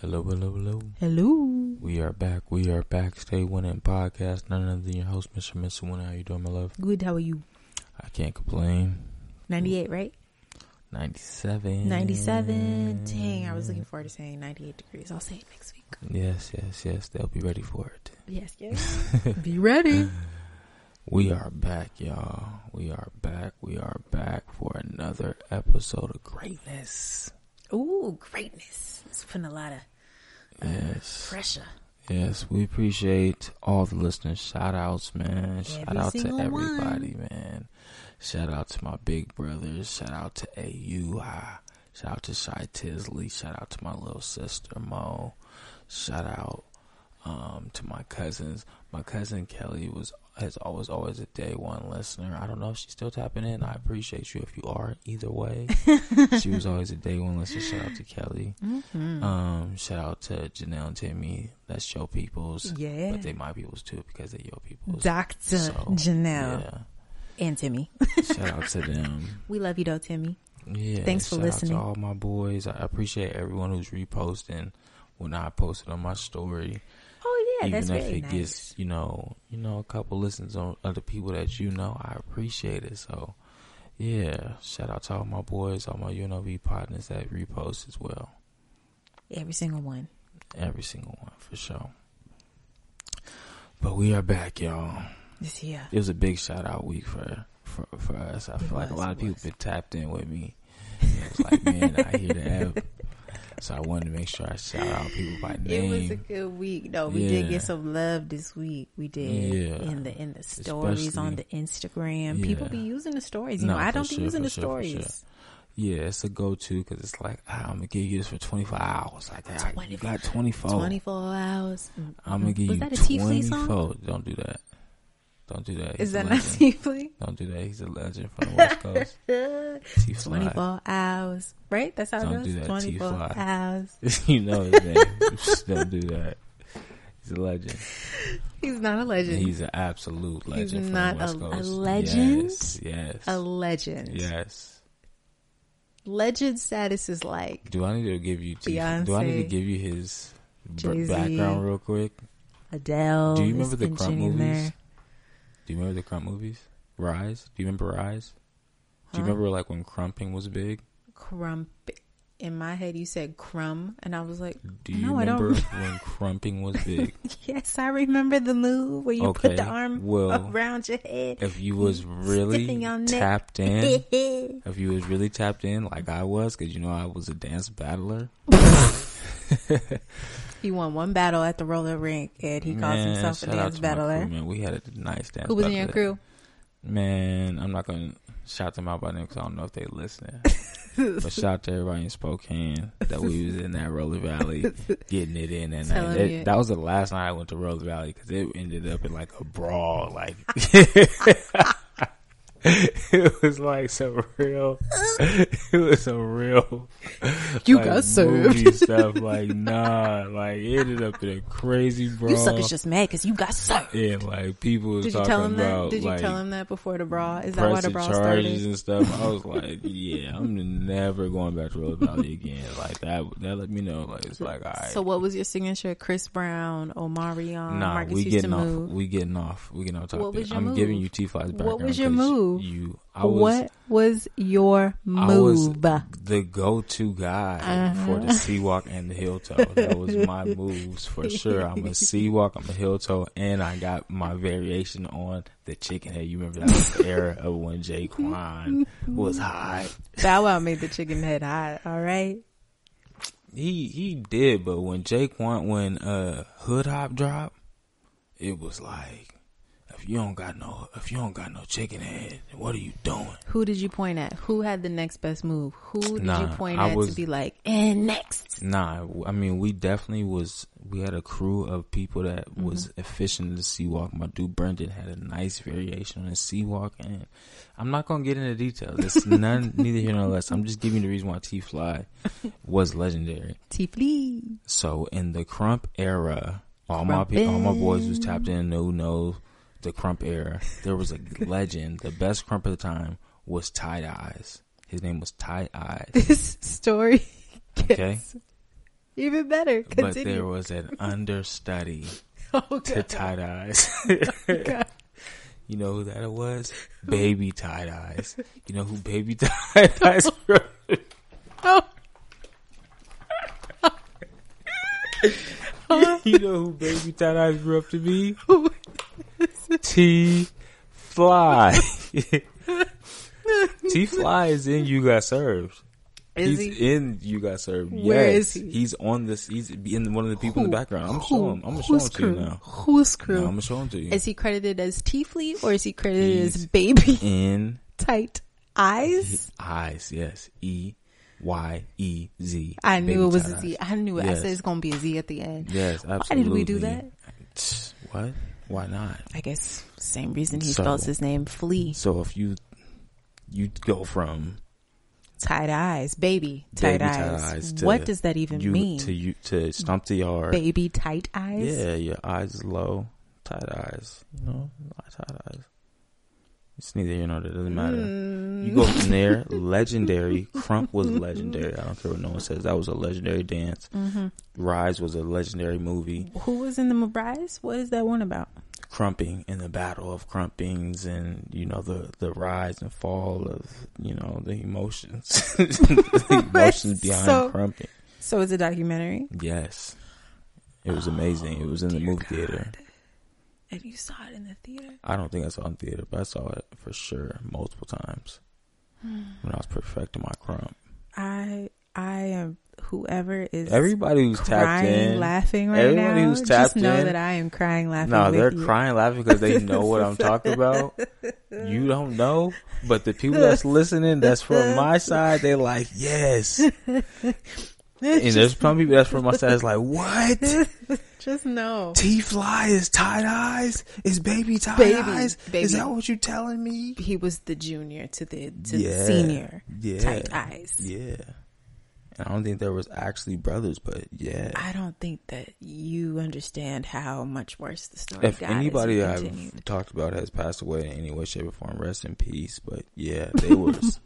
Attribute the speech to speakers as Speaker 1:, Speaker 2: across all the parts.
Speaker 1: Hello, hello, hello.
Speaker 2: Hello.
Speaker 1: We are back. We are back. Stay winning podcast. None other than your host, Mr. Mr. Winner. How you doing, my love?
Speaker 2: Good. How are you?
Speaker 1: I can't complain.
Speaker 2: 98, right?
Speaker 1: 97.
Speaker 2: 97. Dang, I was looking forward to saying 98 degrees. I'll say it next week.
Speaker 1: Yes, yes, yes. They'll be ready for it.
Speaker 2: Yes, yes. Be ready.
Speaker 1: We are back, y'all. We are back. We are back for another episode of greatness.
Speaker 2: Ooh, greatness. It's putting a lot of
Speaker 1: Yes.
Speaker 2: pressure.
Speaker 1: Yes, we appreciate all the listeners. Shout outs, man. Shout
Speaker 2: Every
Speaker 1: out to
Speaker 2: single one.
Speaker 1: everybody, man. Shout out to my big brothers. Shout out to AUI. Shout out to Shy Tisley. Shout out to my little sister Mo. Shout out um, to my cousins. My cousin Kelly was has always always a day one listener. I don't know if she's still tapping in. I appreciate you if you are. Either way, she was always a day one listener. Shout out to Kelly.
Speaker 2: Mm-hmm.
Speaker 1: Um, shout out to Janelle and Timmy. That's your peoples.
Speaker 2: Yeah.
Speaker 1: But they my peoples too because they're your peoples.
Speaker 2: Dr.
Speaker 1: So,
Speaker 2: Janelle and Timmy.
Speaker 1: Yeah. shout out to them.
Speaker 2: we love you, though, Timmy.
Speaker 1: Yeah.
Speaker 2: Thanks for
Speaker 1: shout
Speaker 2: listening.
Speaker 1: Out to all my boys. I appreciate everyone who's reposting when I posted on my story.
Speaker 2: Oh, yeah.
Speaker 1: Even
Speaker 2: that's
Speaker 1: if
Speaker 2: very
Speaker 1: it
Speaker 2: nice.
Speaker 1: gets, you know, you know, a couple listens on other people that you know, I appreciate it. So yeah. Shout out to all my boys, all my UNLV partners that repost as well.
Speaker 2: Every single one.
Speaker 1: Every single one for sure. But we are back, y'all.
Speaker 2: This here.
Speaker 1: It was a big shout out week for for, for us. I
Speaker 2: It
Speaker 1: feel like a
Speaker 2: was,
Speaker 1: lot
Speaker 2: it
Speaker 1: of people
Speaker 2: was.
Speaker 1: been tapped in with me. It was like, man, I hear the app. So I wanted to make sure I shout out people by
Speaker 2: It was a
Speaker 1: name.
Speaker 2: good week. No, we did
Speaker 1: Yeah.
Speaker 2: get some love this week. We did
Speaker 1: Yeah.
Speaker 2: in the in the stories on the
Speaker 1: Especially-
Speaker 2: Instagram. People
Speaker 1: Yeah.
Speaker 2: be using the stories. You
Speaker 1: No,
Speaker 2: know, I
Speaker 1: for
Speaker 2: don't
Speaker 1: sure,
Speaker 2: be using
Speaker 1: for
Speaker 2: the
Speaker 1: sure, for
Speaker 2: stories.
Speaker 1: sure. Yeah, it's a go to because it's like ah, I'm gonna give you this for 24 hours. Like I, you
Speaker 2: 24.
Speaker 1: got 24.
Speaker 2: Oh. 24 hours.
Speaker 1: I'm gonna give
Speaker 2: Was
Speaker 1: you
Speaker 2: that a Tiefling song?
Speaker 1: 24. Don't do that. Don't do that.
Speaker 2: Is
Speaker 1: He's a
Speaker 2: that not
Speaker 1: legend.
Speaker 2: Tiefling?
Speaker 1: Don't do that. He's a legend from the West Coast. T Fly.
Speaker 2: 24 hours. Right? That's how
Speaker 1: Don't
Speaker 2: it
Speaker 1: do
Speaker 2: goes.
Speaker 1: that,
Speaker 2: 24
Speaker 1: T-Fly.
Speaker 2: hours.
Speaker 1: you know his name. Just Don't do that. He's a legend.
Speaker 2: He's not a legend.
Speaker 1: He's an absolute legend.
Speaker 2: He's
Speaker 1: from the
Speaker 2: not
Speaker 1: West
Speaker 2: a- a
Speaker 1: Coast.
Speaker 2: legend?
Speaker 1: Yes. Yes.
Speaker 2: a legend.
Speaker 1: yes.
Speaker 2: Legend status is like
Speaker 1: Do I need to give you? T- do I need to
Speaker 2: Beyonce.
Speaker 1: give you his b-
Speaker 2: Jay-Z. Oh,
Speaker 1: background real quick?
Speaker 2: Adele.
Speaker 1: do you
Speaker 2: is
Speaker 1: remember the Crump
Speaker 2: mentioned in
Speaker 1: movies?
Speaker 2: there.
Speaker 1: Do you remember the Crump movies? Rise. Do you remember Rise? Do you
Speaker 2: Huh?
Speaker 1: remember like when crumping was big?
Speaker 2: Crump. In my head, you said crumb, and I was like,
Speaker 1: Do you
Speaker 2: No, I don't
Speaker 1: remember when crumping was big?
Speaker 2: Yes, I remember the move where you put the
Speaker 1: Okay,
Speaker 2: arm
Speaker 1: well,
Speaker 2: around your head.
Speaker 1: If you was
Speaker 2: Stiffen your
Speaker 1: really
Speaker 2: neck.
Speaker 1: tapped in, if you was really tapped in like I was, because you know I was a dance battler.
Speaker 2: he won one battle at the roller rink, and he calls
Speaker 1: Man,
Speaker 2: himself a
Speaker 1: shout out
Speaker 2: dance
Speaker 1: to my
Speaker 2: battler.
Speaker 1: Crew, man, we had a nice dance.
Speaker 2: Who was in your
Speaker 1: battle
Speaker 2: crew?
Speaker 1: there. Man, I'm not gonna shout them out by name because I don't know if they listening. but shout out to everybody in Spokane that we was in that Roller Valley getting it in that
Speaker 2: Telling
Speaker 1: night. That-
Speaker 2: you.
Speaker 1: that was the last night I went to Roller Valley because it ended up in like a brawl. Like it was like some real. It was a real
Speaker 2: You
Speaker 1: like,
Speaker 2: got served.
Speaker 1: movie stuff. Like nah, like it ended up in a crazy brawl.
Speaker 2: You suckers just mad because you got served.
Speaker 1: And like people was
Speaker 2: Did you
Speaker 1: talking
Speaker 2: tell him
Speaker 1: about
Speaker 2: that? Did you
Speaker 1: like
Speaker 2: tell him that before the brawl? Is that why the
Speaker 1: pressing
Speaker 2: brawl
Speaker 1: charges
Speaker 2: started?
Speaker 1: and stuff. I was like, yeah, I'm never going back to Rose Valley again. Like that, that let me know. Like it's like, all right,
Speaker 2: So what was your signature? Chris Brown, Omarion,
Speaker 1: nah,
Speaker 2: Marcus
Speaker 1: we
Speaker 2: Houston
Speaker 1: getting off,
Speaker 2: move.
Speaker 1: we getting off, we getting off topic.
Speaker 2: was your
Speaker 1: I'm giving
Speaker 2: move?
Speaker 1: you T Fly's background.
Speaker 2: What was your
Speaker 1: 'cause
Speaker 2: move?
Speaker 1: You, I was,
Speaker 2: what was your
Speaker 1: I was
Speaker 2: move?
Speaker 1: the go-to guy for the sea walk and the heel toe. That was my moves for sure. I'm a sea walk, I'm a heel toe, and I got my variation on the chicken head. You remember that was the era of when Jay Quan was hot.
Speaker 2: Bow Wow made the chicken head hot. All right.
Speaker 1: He he did, but when Jake went when uh Hood Hop dropped, it was like if you don't got no if you don't got no chicken head, what are you doing?
Speaker 2: Who did you point at? Who had the next best move? Who did you
Speaker 1: Nah,
Speaker 2: point
Speaker 1: I
Speaker 2: at
Speaker 1: was-
Speaker 2: to be like, and next?
Speaker 1: Nah, I mean we definitely was we had a crew of people that was efficient in the sea walk. My dude Brendan had a nice variation on the sea walk, and I'm not gonna get into details. It's none neither here nor less. I'm just giving you the reason why T Fly was legendary.
Speaker 2: Tifli.
Speaker 1: So in the crump era, all my pe- all my boys was tapped in. No, no, the Crump era, there was a legend. The best Crump of the time was Tie Eyes. His name was Tie Eyes.
Speaker 2: This story gets
Speaker 1: Okay.
Speaker 2: even better.
Speaker 1: But there
Speaker 2: Continue.
Speaker 1: was an understudy
Speaker 2: oh,
Speaker 1: to
Speaker 2: God.
Speaker 1: Tie Eyes.
Speaker 2: God.
Speaker 1: You know who that was? Baby Tie Eyes. You know who Baby Tie Eyes was?
Speaker 2: Oh,
Speaker 1: you know who Baby Tie Eyes grew up to be? T Fly. T Fly is in You Got Served.
Speaker 2: is
Speaker 1: he's
Speaker 2: he?
Speaker 1: in You Got Served.
Speaker 2: Where
Speaker 1: yes.
Speaker 2: is he?
Speaker 1: He's on this. He's in one of the people in
Speaker 2: Who?
Speaker 1: the background. I'm gonna
Speaker 2: Who?
Speaker 1: show him. I'm gonna show
Speaker 2: Whose
Speaker 1: him to
Speaker 2: crew?
Speaker 1: you now.
Speaker 2: Whose
Speaker 1: No,
Speaker 2: crew?
Speaker 1: I'm gonna show him to you.
Speaker 2: Is he credited as Tiefly or is he credited
Speaker 1: He's-
Speaker 2: as Baby
Speaker 1: in
Speaker 2: Tight Eyes?
Speaker 1: eyes. Yes. E Y E Z.
Speaker 2: I
Speaker 1: Baby
Speaker 2: knew it was
Speaker 1: Tie
Speaker 2: a Z.
Speaker 1: Eyes.
Speaker 2: I knew it. I
Speaker 1: Yes.
Speaker 2: said it's gonna be a Z at the end.
Speaker 1: Yes. Absolutely.
Speaker 2: Why did we do that?
Speaker 1: Tch, What? Why not?
Speaker 2: I guess same reason he
Speaker 1: So-
Speaker 2: spells his name Flea.
Speaker 1: So if you you go from
Speaker 2: Tight eyes, baby,
Speaker 1: Baby
Speaker 2: tight
Speaker 1: tight
Speaker 2: eyes.
Speaker 1: eyes to
Speaker 2: what does that even
Speaker 1: you
Speaker 2: mean?
Speaker 1: to you to stomp the yard.
Speaker 2: baby tight eyes.
Speaker 1: Yeah, your eyes is low, tight eyes. You know, tight eyes. It's neither here nor there. It doesn't matter.
Speaker 2: Mm.
Speaker 1: You go from there, legendary. Crump was legendary. I don't care what no one says. That was a legendary dance. Rise was a legendary movie.
Speaker 2: Mm-hmm. Who was in the Mabrise? What is that one about?
Speaker 1: Crumping and the battle of crumpings and you know the the rise and fall of you know the emotions, the emotions behind
Speaker 2: So-
Speaker 1: crumping.
Speaker 2: So it's a documentary,
Speaker 1: Yes, it was amazing. It
Speaker 2: Oh,
Speaker 1: was in the movie theater.
Speaker 2: and you saw it in the theater.
Speaker 1: I don't think I saw it in theater, but I saw it for sure multiple times
Speaker 2: Hmm.
Speaker 1: when I was perfecting my crump.
Speaker 2: I, I am whoever is
Speaker 1: Everybody who's tapped
Speaker 2: crying,
Speaker 1: in,
Speaker 2: laughing right
Speaker 1: Everybody
Speaker 2: now.
Speaker 1: who's
Speaker 2: just
Speaker 1: tapped
Speaker 2: know
Speaker 1: in-
Speaker 2: that I am crying, laughing.
Speaker 1: No,
Speaker 2: with
Speaker 1: they're
Speaker 2: you.
Speaker 1: crying laughing because they know what I'm talking about. You don't know, but the people that's listening, that's from my side, they like, yes. And there's some people that's from my side that's like, what?
Speaker 2: Just know,
Speaker 1: T fly is tie eyes? Is baby tie
Speaker 2: Baby,
Speaker 1: eyes?
Speaker 2: baby.
Speaker 1: Is that what you telling me?
Speaker 2: he was the junior to the to
Speaker 1: Yeah.
Speaker 2: the senior.
Speaker 1: Yeah.
Speaker 2: tight eyes.
Speaker 1: Yeah. And I don't think there was actually brothers, but yeah.
Speaker 2: I don't think that you understand how much worse the story
Speaker 1: if
Speaker 2: got.
Speaker 1: anybody
Speaker 2: as
Speaker 1: I've
Speaker 2: we continued.
Speaker 1: talked about has passed away in any way, shape, or form, rest in peace. But yeah, they was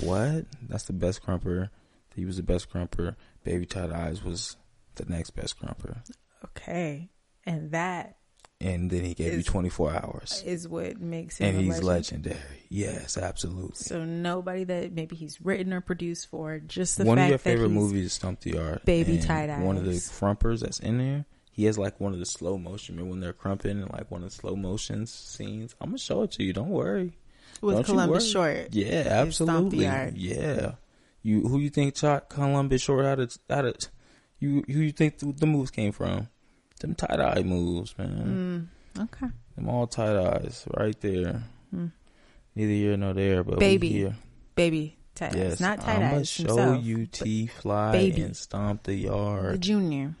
Speaker 1: what? That's the best crumper. He was the best crumper. Baby Todd Eyes was the next best crumper,
Speaker 2: okay, and that
Speaker 1: and then he gave you
Speaker 2: Is-
Speaker 1: twenty four hours,
Speaker 2: is what makes him
Speaker 1: and
Speaker 2: a
Speaker 1: he's
Speaker 2: legend.
Speaker 1: legendary. Yes, absolutely.
Speaker 2: So nobody that maybe he's written or produced for, just the
Speaker 1: One
Speaker 2: fact
Speaker 1: of your
Speaker 2: that
Speaker 1: favorite
Speaker 2: he's,
Speaker 1: movies is Stump the Yard.
Speaker 2: Baby
Speaker 1: and
Speaker 2: Tied
Speaker 1: One of the
Speaker 2: Eyes.
Speaker 1: crumpers that's in there. He has like one of the slow motion. Remember when they're crumping and like one of the slow motion scenes? I'm gonna show it to you. Don't worry.
Speaker 2: was
Speaker 1: Don't you
Speaker 2: Columbus
Speaker 1: worry.
Speaker 2: Short.
Speaker 1: Yeah,
Speaker 2: It's Stomp
Speaker 1: absolutely.
Speaker 2: the Yard.
Speaker 1: Yeah. You who you think shot Columbus short out of out of you who you think the, the moves came from? Them tie dye moves, man.
Speaker 2: Mm, okay,
Speaker 1: Them all tie dyes right there.
Speaker 2: Mm.
Speaker 1: Neither here nor there, but we
Speaker 2: Baby.
Speaker 1: here.
Speaker 2: baby tight
Speaker 1: Yes,
Speaker 2: eyes, not tight
Speaker 1: I'ma
Speaker 2: eyes
Speaker 1: show
Speaker 2: himself,
Speaker 1: you T Fly
Speaker 2: Baby.
Speaker 1: and Stomp the
Speaker 2: the
Speaker 1: Yard.
Speaker 2: junior.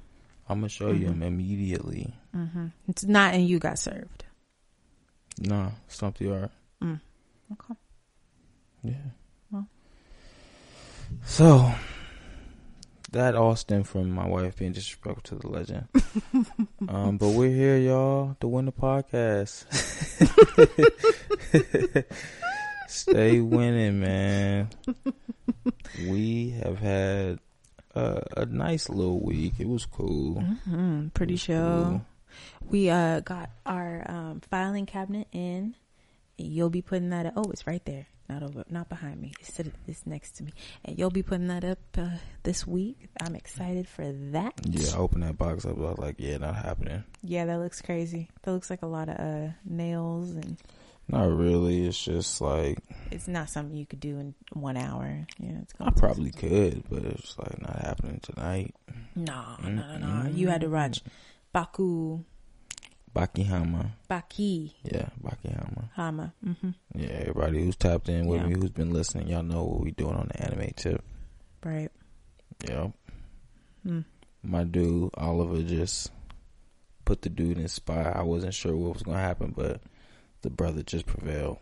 Speaker 1: I'm gonna show
Speaker 2: Mm-hmm.
Speaker 1: you him immediately.
Speaker 2: hmm It's not, and you got served.
Speaker 1: Nah, Stomp the Yard.
Speaker 2: Mm. Okay.
Speaker 1: Yeah.
Speaker 2: Well.
Speaker 1: So that all stemmed from my wife being disrespectful to the legend. um, but we're here, y'all, to win the podcast. Stay winning, man. We have had uh, a nice little week. It was cool.
Speaker 2: hmm
Speaker 1: It
Speaker 2: Pretty
Speaker 1: was
Speaker 2: sure.
Speaker 1: cool.
Speaker 2: We uh got our um, filing cabinet in. You'll be putting that. Oh, it's right there. Not over. Not behind me. It's, sit- it's next to me. And you'll be putting that up uh, this week. I'm excited for that.
Speaker 1: Yeah, I opened that box up. I was like, yeah, not happening.
Speaker 2: Yeah, that looks crazy. That looks like a lot of uh, nails, and
Speaker 1: Not really. It's just like
Speaker 2: it's not something you could do in one hour. Yeah, it's
Speaker 1: I probably could, but it's like not happening tonight.
Speaker 2: No, no,
Speaker 1: Mm,
Speaker 2: no, no. You had to watch Baku
Speaker 1: Bakihama.
Speaker 2: Baki
Speaker 1: Yeah, Bakihama.
Speaker 2: Hama. hmm
Speaker 1: Yeah, everybody who's tapped in with
Speaker 2: Yeah.
Speaker 1: me, who's been listening, y'all know what we doing on the anime tip.
Speaker 2: Right.
Speaker 1: Yeah.
Speaker 2: Mm.
Speaker 1: My dude, Oliver, just put the dude in spy. I wasn't sure what was going to happen, but the brother just prevailed.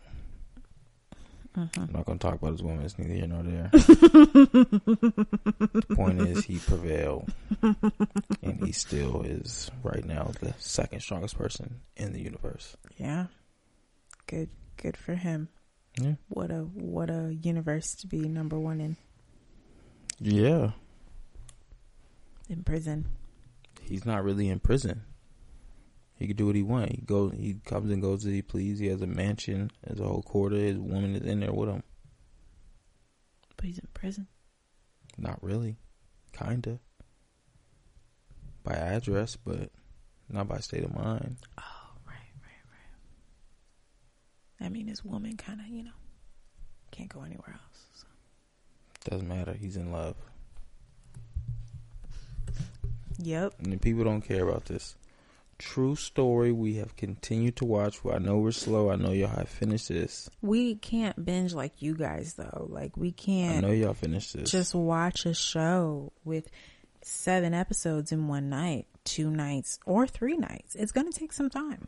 Speaker 2: Uh-huh.
Speaker 1: I'm not going to talk about his woman. It's neither here nor there. the point is, he prevailed. and he still is, right now, the second strongest person in the universe.
Speaker 2: Yeah. Good good for him.
Speaker 1: Yeah.
Speaker 2: What a what a universe to be number one in
Speaker 1: Yeah.
Speaker 2: in prison.
Speaker 1: He's not really in prison. He could do what he want. He goes, he comes and goes as he please. He has a mansion, has a whole quarter. His woman is in there with him.
Speaker 2: But he's in prison.
Speaker 1: Not really. Kinda. By address, but not by state of mind.
Speaker 2: Oh, right, right, right. I mean his woman kinda, you know, can't go anywhere else. So.
Speaker 1: Doesn't matter. He's in love.
Speaker 2: Yep.
Speaker 1: And the people don't care about this. True story. We have continued to watch. I know we're slow. I know y'all have finished this.
Speaker 2: We can't binge like you guys though. Like we
Speaker 1: I know
Speaker 2: can't
Speaker 1: y'all finished this.
Speaker 2: just watch a show with seven episodes in one night, two nights, or three nights. It's gonna take some time.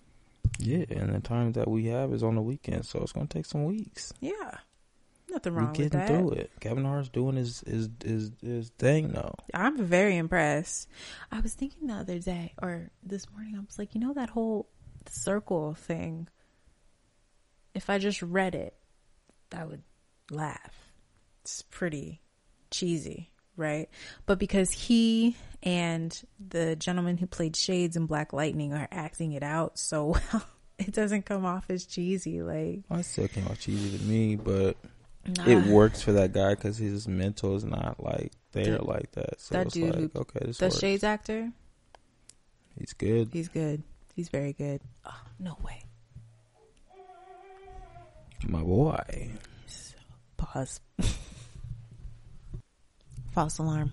Speaker 1: yeah, and the time that we have is on the weekend, so it's gonna take some weeks.
Speaker 2: Yeah. Nothing
Speaker 1: We
Speaker 2: wrong
Speaker 1: getting
Speaker 2: with that.
Speaker 1: through it. Kevin Hart's doing his his his, his thing though.
Speaker 2: I'm very impressed. I was thinking the other day or this morning, I was like, you know, that whole circle thing. If I just read it, I would laugh. It's pretty cheesy, right? But because he and the gentleman who played Shades in Black Lightning are acting it out so well, it doesn't come off as cheesy. Like,
Speaker 1: I still came out cheesy to me, but it
Speaker 2: nah.
Speaker 1: works for that guy because his mental is not like there
Speaker 2: That-
Speaker 1: like that. So
Speaker 2: that
Speaker 1: it's
Speaker 2: dude who-
Speaker 1: like okay, this
Speaker 2: The
Speaker 1: works.
Speaker 2: Shades actor,
Speaker 1: He's good.
Speaker 2: he's good. He's very good. Oh, no way.
Speaker 1: My boy.
Speaker 2: Pause. False alarm.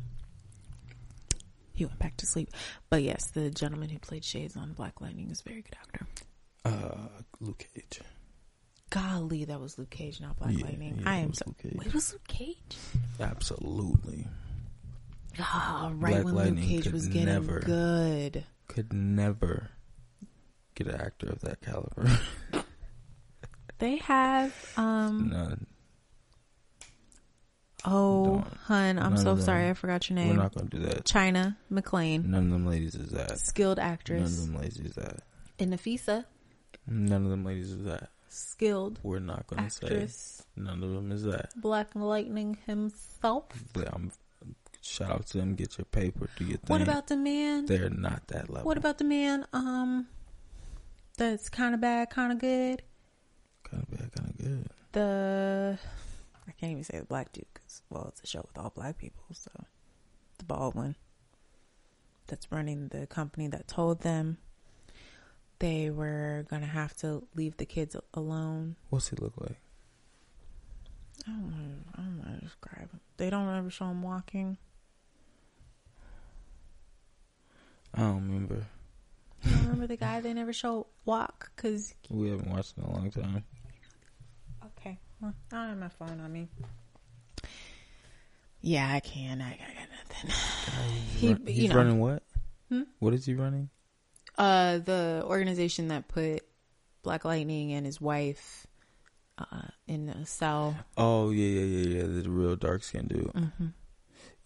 Speaker 2: He went back to sleep. But yes, the gentleman who played Shades on Black Lightning is a very good actor.
Speaker 1: Uh, Luke Cage.
Speaker 2: Golly, that was Luke Cage, not Black
Speaker 1: Yeah,
Speaker 2: Lightning.
Speaker 1: yeah,
Speaker 2: I
Speaker 1: it
Speaker 2: am
Speaker 1: was
Speaker 2: so.
Speaker 1: Luke Cage.
Speaker 2: It was Luke Cage.
Speaker 1: Absolutely.
Speaker 2: Ah, right
Speaker 1: Black
Speaker 2: when
Speaker 1: Lightning
Speaker 2: Luke Cage
Speaker 1: could
Speaker 2: was getting
Speaker 1: never-
Speaker 2: good.
Speaker 1: Could never get an actor of that caliber.
Speaker 2: Mm-hmm. They have um.
Speaker 1: None.
Speaker 2: Oh,
Speaker 1: Don't.
Speaker 2: hun, I'm
Speaker 1: None
Speaker 2: so
Speaker 1: of them.
Speaker 2: sorry. I forgot your
Speaker 1: We're
Speaker 2: name.
Speaker 1: not gonna do that.
Speaker 2: China McLean,
Speaker 1: None of them ladies is that.
Speaker 2: skilled
Speaker 1: None of
Speaker 2: actress.
Speaker 1: them ladies is that.
Speaker 2: And Nafisa,
Speaker 1: None of them ladies is that.
Speaker 2: skilled
Speaker 1: We're not gonna say.
Speaker 2: actress.
Speaker 1: None of them is that.
Speaker 2: Black Lightning himself.
Speaker 1: But I'm. Shout out to them. Get your paper. Do your thing.
Speaker 2: What about the man?
Speaker 1: They're not that level.
Speaker 2: What about the man? Um, that's kind of bad, kind of good.
Speaker 1: Kind of bad. Kind of good.
Speaker 2: The I can't even say the black dude because well, it's a show with all black people, so the bald one that's running the company that told them they were gonna have to leave the kids alone.
Speaker 1: What's he look like?
Speaker 2: I don't know. I don't know how to describe him. They don't ever show him walking.
Speaker 1: I don't remember.
Speaker 2: You don't remember the guy they never show walk because
Speaker 1: We haven't watched in a long time.
Speaker 2: Okay. Well, I don't have my phone on me. Yeah, I can. I, I got nothing. He-
Speaker 1: Run- he's
Speaker 2: you know.
Speaker 1: running what?
Speaker 2: Hmm?
Speaker 1: What is he running?
Speaker 2: Uh, the organization that put Black Lightning and his wife uh, in a cell.
Speaker 1: Oh yeah, yeah, yeah, yeah. The real dark skinned dude.
Speaker 2: Mm-hmm.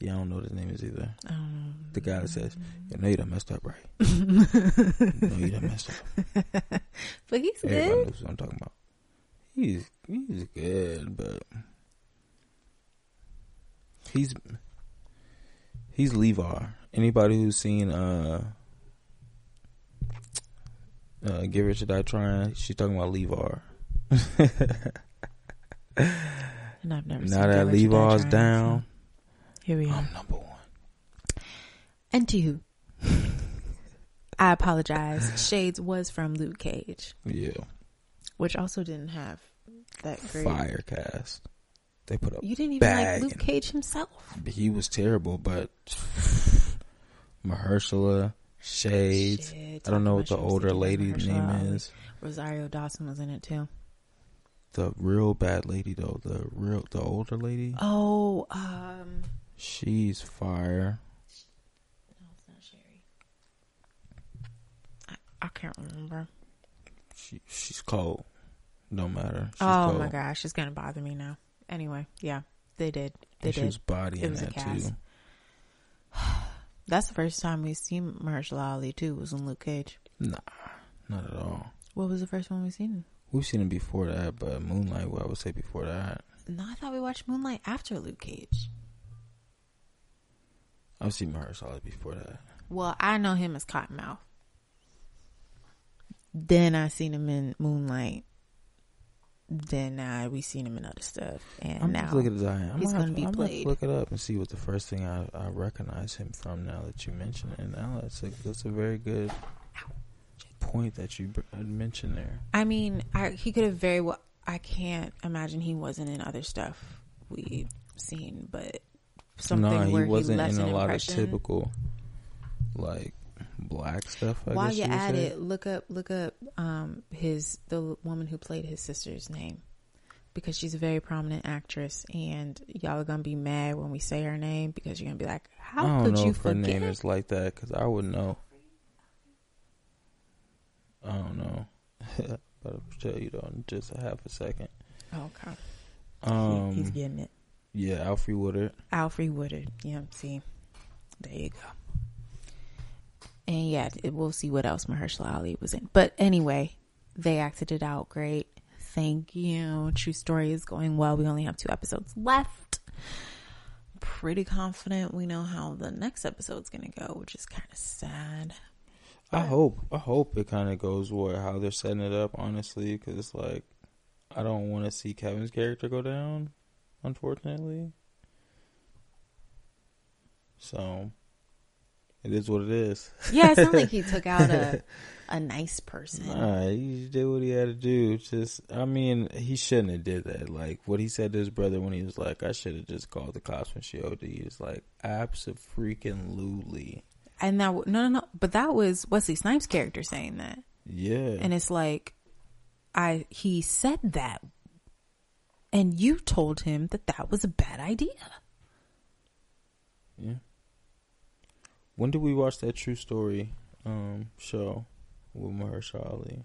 Speaker 1: Yeah, I don't know what his name is either.
Speaker 2: I don't
Speaker 1: The guy that says, "You know you done messed up, right? no, you done messed up."
Speaker 2: know. Um, but he's
Speaker 1: Everybody
Speaker 2: good.
Speaker 1: knows what I'm talking about. He's he's good, but he's he's Levar. Anybody who's seen uh uh Give Rich or Die Trying, she's talking about Levar.
Speaker 2: And I've never
Speaker 1: now that
Speaker 2: Richard Die
Speaker 1: Levar's
Speaker 2: Trying,
Speaker 1: down,
Speaker 2: so Here we are.
Speaker 1: I'm number one.
Speaker 2: And to you. I apologize. Shades was from Luke Cage,
Speaker 1: Yeah,
Speaker 2: which also didn't have that great.
Speaker 1: fire cast. They put up
Speaker 2: You didn't even
Speaker 1: Bag.
Speaker 2: like Luke Cage himself.
Speaker 1: he was terrible, but Mahershala, Shades.
Speaker 2: Shit,
Speaker 1: I don't know what
Speaker 2: talking
Speaker 1: the
Speaker 2: about shows
Speaker 1: older
Speaker 2: that you
Speaker 1: lady
Speaker 2: never
Speaker 1: name
Speaker 2: saw.
Speaker 1: is.
Speaker 2: Rosario Dawson was in it too.
Speaker 1: The real bad lady though. The real the older lady.
Speaker 2: Oh, um,
Speaker 1: She's fire.
Speaker 2: no, it's not Sherry. I, I can't remember.
Speaker 1: She she's cold. Don't matter. She's
Speaker 2: oh
Speaker 1: cold.
Speaker 2: my gosh, it's gonna bother me now. Anyway, yeah, they did. They
Speaker 1: And she
Speaker 2: did.
Speaker 1: was bodying
Speaker 2: It was a
Speaker 1: that
Speaker 2: cast.
Speaker 1: too.
Speaker 2: That's the first time we seen Mahershala Ali too. Was in Luke Cage.
Speaker 1: Not at all.
Speaker 2: What was the first one we seen?
Speaker 1: We've seen him before that, but Moonlight, well, I would say before that.
Speaker 2: No, I thought we watched Moonlight after Luke Cage.
Speaker 1: I've seen Mahershala before that.
Speaker 2: Well, I know him as Cottonmouth. Then I seen him in Moonlight. Then uh, we seen him in other stuff, and
Speaker 1: I'm
Speaker 2: now
Speaker 1: just looking at his eye. I'm
Speaker 2: he's
Speaker 1: gonna,
Speaker 2: gonna be
Speaker 1: I'm gonna
Speaker 2: played.
Speaker 1: look it up and see what the first thing I, I recognize him from. Now that you mention it, and now that's a that's a very good point that you br- mentioned there.
Speaker 2: I mean, I, he could have very well. I can't imagine he wasn't in other stuff we've seen, but something
Speaker 1: no,
Speaker 2: where
Speaker 1: he wasn't
Speaker 2: he left
Speaker 1: in a
Speaker 2: an
Speaker 1: lot
Speaker 2: impression.
Speaker 1: of typical like black stuff. I
Speaker 2: While
Speaker 1: guess
Speaker 2: you're
Speaker 1: you would
Speaker 2: at
Speaker 1: say.
Speaker 2: it, look up look up um, his the woman who played his sister's name because she's a very prominent actress, and y'all are gonna be mad when we say her name because you're gonna be like,
Speaker 1: I
Speaker 2: "How
Speaker 1: don't
Speaker 2: could
Speaker 1: know
Speaker 2: you
Speaker 1: if her
Speaker 2: forget?"
Speaker 1: name is like that because I would know. I don't know, but I'll tell you though in just a half a second.
Speaker 2: oh, okay,
Speaker 1: Um,
Speaker 2: he's getting it.
Speaker 1: yeah, Alfred Woodard.
Speaker 2: Alfred Woodard. Yeah, see, there you go. And yeah, it- we'll see what else Mahershala Ali was in. But anyway, they acted it out great. Thank you. True story is going well. We only have two episodes left. Pretty confident we know how the next episode's gonna go, which is kind of sad.
Speaker 1: I hope I hope it kind of goes where how they're setting it up, honestly, because it's like I don't want to see Kevin's character go down, unfortunately. So it is what it is.
Speaker 2: Yeah, it's not like he took out a a nice person.
Speaker 1: Nah, he just did what he had to do. It's Just I mean, he shouldn't have did that. Like what he said to his brother when he was like, "I should have just called the cops when she OD." He was like, "Absolutely,
Speaker 2: And that w- no no no, but that was Wesley Snipes' character saying that.
Speaker 1: yeah."
Speaker 2: and it's like i he said that and you told him that that was a bad idea
Speaker 1: Yeah. When did we watch that true story um show with Mahershala Ali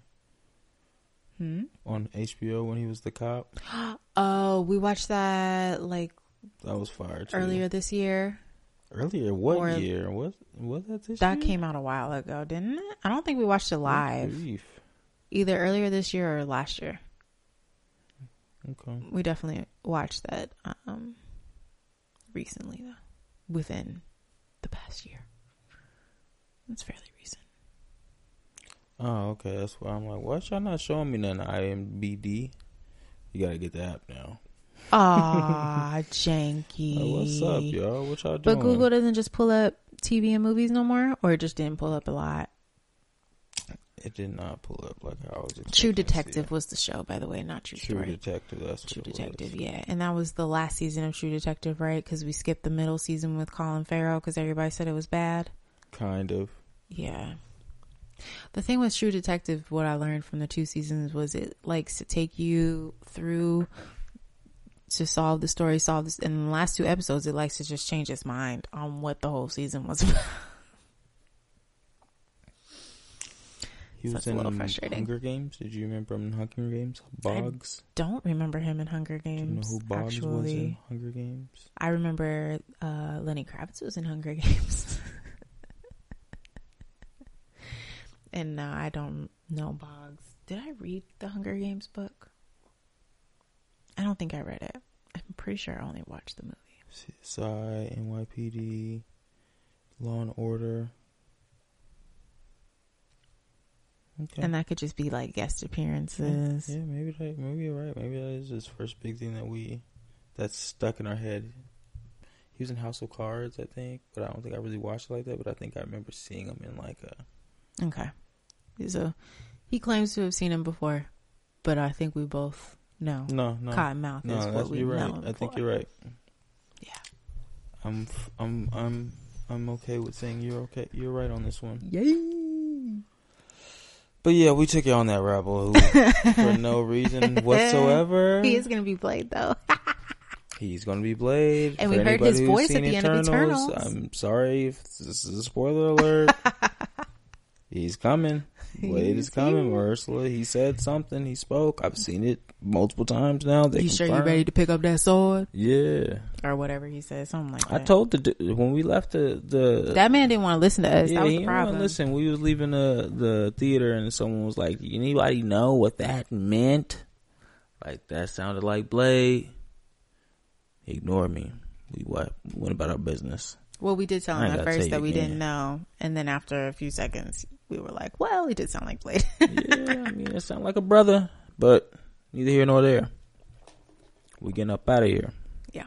Speaker 2: hmm?
Speaker 1: on HBO when he was the cop?
Speaker 2: oh we watched that like
Speaker 1: That was fire too.
Speaker 2: earlier this year
Speaker 1: Earlier what
Speaker 2: Or-
Speaker 1: year? Was was that this
Speaker 2: that
Speaker 1: year?
Speaker 2: came out a while ago didn't it i don't think we watched it live
Speaker 1: Grief.
Speaker 2: either earlier this year or last year
Speaker 1: Okay.
Speaker 2: we definitely watched that um recently though within the past year that's fairly recent
Speaker 1: Oh, okay. That's why I'm like, why y'all not showing me nothing IMBD? You gotta get the app now.
Speaker 2: ah
Speaker 1: Like,
Speaker 2: janky
Speaker 1: what's up, y'all? What y'all doing?
Speaker 2: But Google doesn't just pull up TV and movies no more, or it just didn't pull up a lot.
Speaker 1: it did not pull up like I was expecting. to
Speaker 2: True
Speaker 1: see it.
Speaker 2: Detective was the show, by the way, not True,
Speaker 1: True
Speaker 2: Story.
Speaker 1: Detective. That's
Speaker 2: True
Speaker 1: what it was.
Speaker 2: Detective, yeah, and that was the last season of True Detective, right? Because we skipped the middle season with Colin Farrell because everybody said it was bad.
Speaker 1: Kind of.
Speaker 2: Yeah. The thing with True Detective, what I learned from the two seasons was it likes to take you through to solve the story, solve this. And the last two episodes, it likes to just change its mind on what the whole season was about.
Speaker 1: He
Speaker 2: So
Speaker 1: was
Speaker 2: it's a
Speaker 1: in
Speaker 2: little
Speaker 1: um,
Speaker 2: frustrating.
Speaker 1: Hunger Games. Did you remember him in Hunger Games? Boggs.
Speaker 2: Don't remember him in Hunger
Speaker 1: Do you know
Speaker 2: Games.
Speaker 1: who Boggs
Speaker 2: actually,
Speaker 1: was in Hunger Games?
Speaker 2: I remember uh, Lenny Kravitz was in Hunger Games, and no, I don't know Boggs. Did I read the Hunger Games book? I don't think I read it. I'm pretty sure I only watched the movie.
Speaker 1: CSI, NYPD, Law and Order. Okay.
Speaker 2: And that could just be like guest appearances.
Speaker 1: yeah, maybe that, maybe you're right. Maybe that is his first big thing that we that's stuck in our head. He was in House of Cards, I think, but I don't think I really watched it like that. But I think I remember seeing him in like a
Speaker 2: Okay. So he claims to have seen him before, but I think we both know
Speaker 1: no, no,
Speaker 2: Cottonmouth
Speaker 1: no.
Speaker 2: is
Speaker 1: That's,
Speaker 2: what we
Speaker 1: you're
Speaker 2: know.
Speaker 1: right.
Speaker 2: him
Speaker 1: I think
Speaker 2: for.
Speaker 1: you're right.
Speaker 2: Yeah.
Speaker 1: I'm f- I'm I'm I'm okay with saying you're okay. You're right on this one.
Speaker 2: Yay!
Speaker 1: But yeah, we took you on that rabbit hole for no reason whatsoever.
Speaker 2: He is going to be played though.
Speaker 1: He's going to be Blade.
Speaker 2: And
Speaker 1: For
Speaker 2: we heard
Speaker 1: anybody
Speaker 2: his
Speaker 1: who's
Speaker 2: voice at
Speaker 1: seen
Speaker 2: the end of Eternals.
Speaker 1: I'm sorry if this is a spoiler alert. He's coming. But it is
Speaker 2: He's
Speaker 1: coming,
Speaker 2: here.
Speaker 1: Ursula. He said something. He spoke. I've seen it multiple times now. They
Speaker 2: you sure you
Speaker 1: confirmed.
Speaker 2: ready to pick up that sword
Speaker 1: Yeah,
Speaker 2: or whatever he said? Something like
Speaker 1: I
Speaker 2: that.
Speaker 1: told the du- when we left the the
Speaker 2: that man didn't want to listen to us.
Speaker 1: yeah,
Speaker 2: that was
Speaker 1: he
Speaker 2: the
Speaker 1: didn't wanna
Speaker 2: problem.
Speaker 1: listen. We was leaving the the theater and someone was like, "Anybody know what that meant?" Like that sounded like Blade. He ignored me. We what went about our business.
Speaker 2: Well, we did tell
Speaker 1: I
Speaker 2: him
Speaker 1: gotta
Speaker 2: at
Speaker 1: tell you
Speaker 2: first that we
Speaker 1: again.
Speaker 2: didn't know, and then after a few seconds, we were like, "Well, he did sound like Blade."
Speaker 1: yeah, I mean, it sounded like a brother, but neither here nor there. We're getting up out of here.
Speaker 2: Yeah.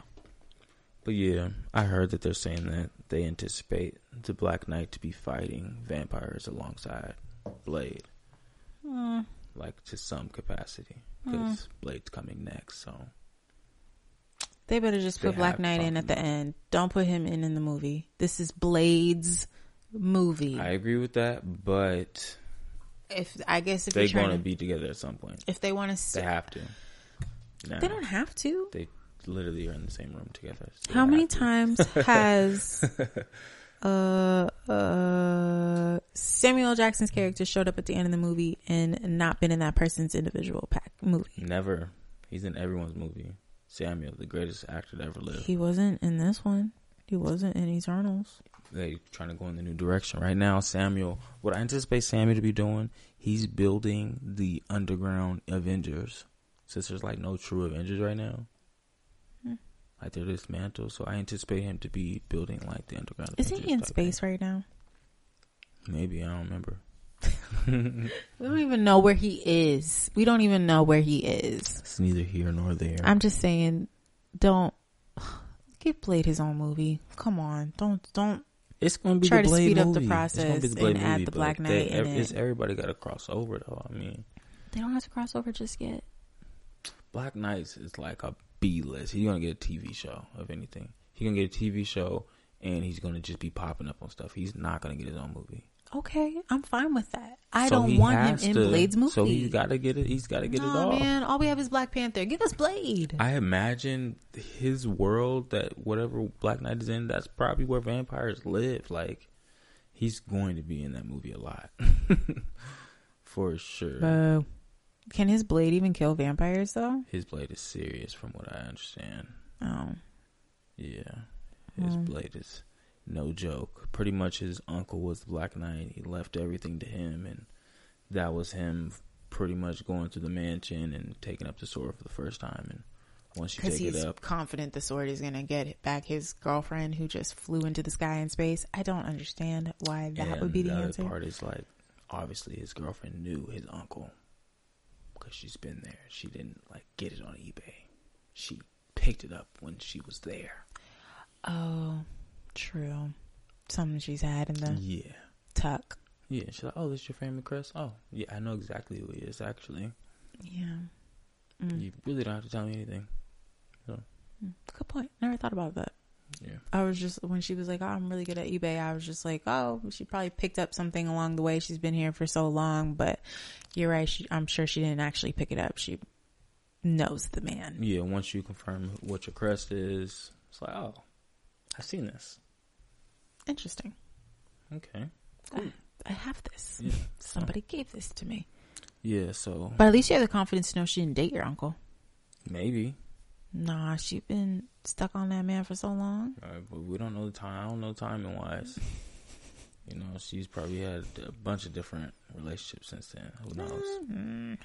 Speaker 1: But yeah, I heard that they're saying that they anticipate the Black Knight to be fighting vampires alongside Blade,
Speaker 2: Mm,
Speaker 1: like to some capacity, because
Speaker 2: Hmm.
Speaker 1: Blade's coming next. So
Speaker 2: they better just
Speaker 1: They
Speaker 2: put Black
Speaker 1: have
Speaker 2: Knight in at the
Speaker 1: something.
Speaker 2: end. Don't put him in in the movie. This is Blade's movie.
Speaker 1: I agree with that, but
Speaker 2: if I guess if
Speaker 1: they're
Speaker 2: you're
Speaker 1: going
Speaker 2: trying
Speaker 1: to
Speaker 2: to,
Speaker 1: be together at some point.
Speaker 2: if they want to,
Speaker 1: They have to. Nah,
Speaker 2: they don't have to.
Speaker 1: They literally are in the same room together. so
Speaker 2: How
Speaker 1: they
Speaker 2: many
Speaker 1: have to.
Speaker 2: times has uh, uh, Samuel Jackson's character showed up at the end of the movie and not been in that person's individual pack movie?
Speaker 1: Never. He's in everyone's movie. Samuel, the greatest actor to ever live.
Speaker 2: He wasn't in this one. He wasn't in Eternals.
Speaker 1: They trying to go in the new direction right now. Samuel, what I anticipate Samuel to be doing, he's building the underground Avengers. Since there's like no true Avengers right now,
Speaker 2: Hmm.
Speaker 1: like they're dismantled. So I anticipate him to be building like the underground.
Speaker 2: Is
Speaker 1: Avengers
Speaker 2: he in
Speaker 1: type thing.
Speaker 2: space right now?
Speaker 1: Maybe I don't remember.
Speaker 2: We don't even know where he is. We don't even know where he is.
Speaker 1: It's neither here nor there.
Speaker 2: I'm just saying, don't give Blade his own movie. Come on, don't don't.
Speaker 1: It's going to be
Speaker 2: Try
Speaker 1: the
Speaker 2: to
Speaker 1: Blade
Speaker 2: speed up the
Speaker 1: movie. it's gonna be
Speaker 2: process
Speaker 1: the Blade
Speaker 2: and add
Speaker 1: movie,
Speaker 2: the
Speaker 1: but
Speaker 2: Black
Speaker 1: they-
Speaker 2: Knight in
Speaker 1: ev-
Speaker 2: it.
Speaker 1: It's everybody got to cross over though. I mean.
Speaker 2: They don't have to cross over just yet.
Speaker 1: Black Knights is like a B list. He's gonna get a TV show of anything. He's gonna get a TV show, and he's gonna just be popping up on stuff. He's not gonna get his own movie.
Speaker 2: Okay, I'm fine with that. I
Speaker 1: So
Speaker 2: don't
Speaker 1: he
Speaker 2: want him
Speaker 1: has
Speaker 2: in
Speaker 1: to-
Speaker 2: Blade's movie.
Speaker 1: So he's gotta get it. He's gotta get it
Speaker 2: Nah,
Speaker 1: all.
Speaker 2: man, all we have is Black Panther. Give us Blade.
Speaker 1: I imagine his world that whatever Black Knight is in, that's probably where vampires live. Like he's going to be in that movie a lot, for sure.
Speaker 2: Bro, can his blade even kill vampires though?
Speaker 1: his blade is serious, from what I understand.
Speaker 2: Oh,
Speaker 1: Yeah. His
Speaker 2: Mm.
Speaker 1: blade is no joke. Pretty much his uncle was the Black Knight. He left everything to him, and that was him pretty much going to the mansion and taking up the sword for the first time. And once you
Speaker 2: because
Speaker 1: take it
Speaker 2: he's
Speaker 1: up,
Speaker 2: confident the sword is gonna get back his girlfriend who just flew into the sky in space. I don't understand why that
Speaker 1: and
Speaker 2: would be
Speaker 1: the,
Speaker 2: the,
Speaker 1: other
Speaker 2: answer.
Speaker 1: part is like, obviously his girlfriend knew his uncle because she's been there. She didn't like get it on eBay. She picked it up when she was there.
Speaker 2: Oh, true. Something she's had in the
Speaker 1: Yeah.
Speaker 2: tuck.
Speaker 1: Yeah, she's like, oh, this your family crest? Oh, yeah, I know exactly who he is, actually.
Speaker 2: Yeah. Mm.
Speaker 1: You really don't have to tell me anything.
Speaker 2: Mm. Good point. Never thought about that.
Speaker 1: Yeah.
Speaker 2: I was just when she was like, oh, "I'm really good at eBay." I was just like, "Oh, she probably picked up something along the way. She's been here for so long." But you're right. She, I'm sure she didn't actually pick it up. She knows the man.
Speaker 1: Yeah, once you confirm what your crest is, it's like, oh, I've seen this.
Speaker 2: Interesting.
Speaker 1: Okay.
Speaker 2: I have this.
Speaker 1: Yeah.
Speaker 2: Somebody gave this to me.
Speaker 1: Yeah, so
Speaker 2: But at least you have the confidence to know she didn't date your uncle.
Speaker 1: maybe.
Speaker 2: Nah, she been stuck on that man for so long.
Speaker 1: Uh, but we don't know the time. I don't know timing wise. You know, she's probably had a bunch of different relationships since then. Who knows?
Speaker 2: Mhm.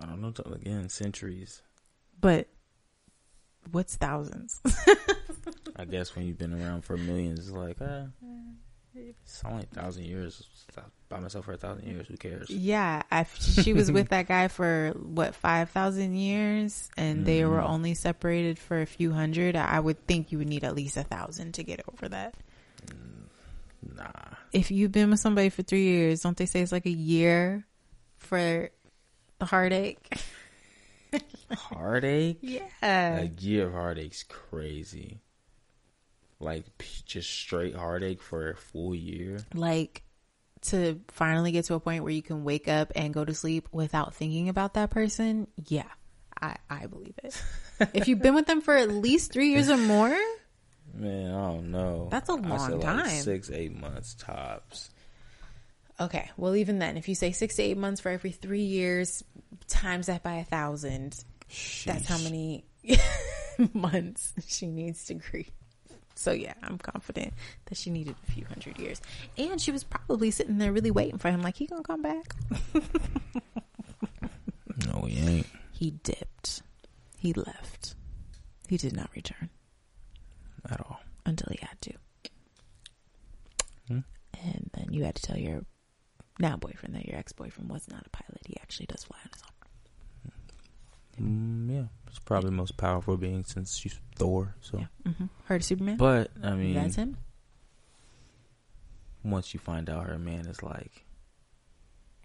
Speaker 1: I don't know. till- Again, centuries.
Speaker 2: But what's thousands?
Speaker 1: I guess when you've been around for millions, it's like, ah, it's only a thousand years. By myself for a thousand years, who cares?
Speaker 2: Yeah, I, she was with that guy for what five thousand years, and they were
Speaker 1: Mhm.
Speaker 2: only separated for a few hundred. I would think you would need at least a thousand to get over that.
Speaker 1: Mm, Nah.
Speaker 2: If you've been with somebody for three years, don't they say it's like a year for the heartache?
Speaker 1: Heartache?
Speaker 2: Yeah,
Speaker 1: A year of heartache's crazy. Like p- just straight heartache for a full year.
Speaker 2: like to finally get to a point where you can wake up and go to sleep without thinking about that person. Yeah, I I believe it. if you've been with them for at least three years or more.
Speaker 1: Man, I don't know.
Speaker 2: That's a
Speaker 1: I said,
Speaker 2: long
Speaker 1: like,
Speaker 2: time.
Speaker 1: six, eight months tops.
Speaker 2: Okay. Well, even then, if you say six to eight months for every three years, times that by a thousand, that's how
Speaker 1: Sheesh.
Speaker 2: many months she needs to grieve. So yeah, I'm confident that she needed a few hundred years, and she was probably sitting there really waiting for him. Like he gonna come back?
Speaker 1: No, we ain't.
Speaker 2: He dipped. He left. He did not return
Speaker 1: At all.
Speaker 2: until he had to.
Speaker 1: Hmm.
Speaker 2: And then you had to tell your now boyfriend that your ex boyfriend was not a pilot. He actually does fly on his own.
Speaker 1: Mm, yeah. It's probably the most powerful being since she's Thor. So,
Speaker 2: Yeah. hmm Heard of Superman?
Speaker 1: but I mean,
Speaker 2: That's him.
Speaker 1: once you find out her man is like,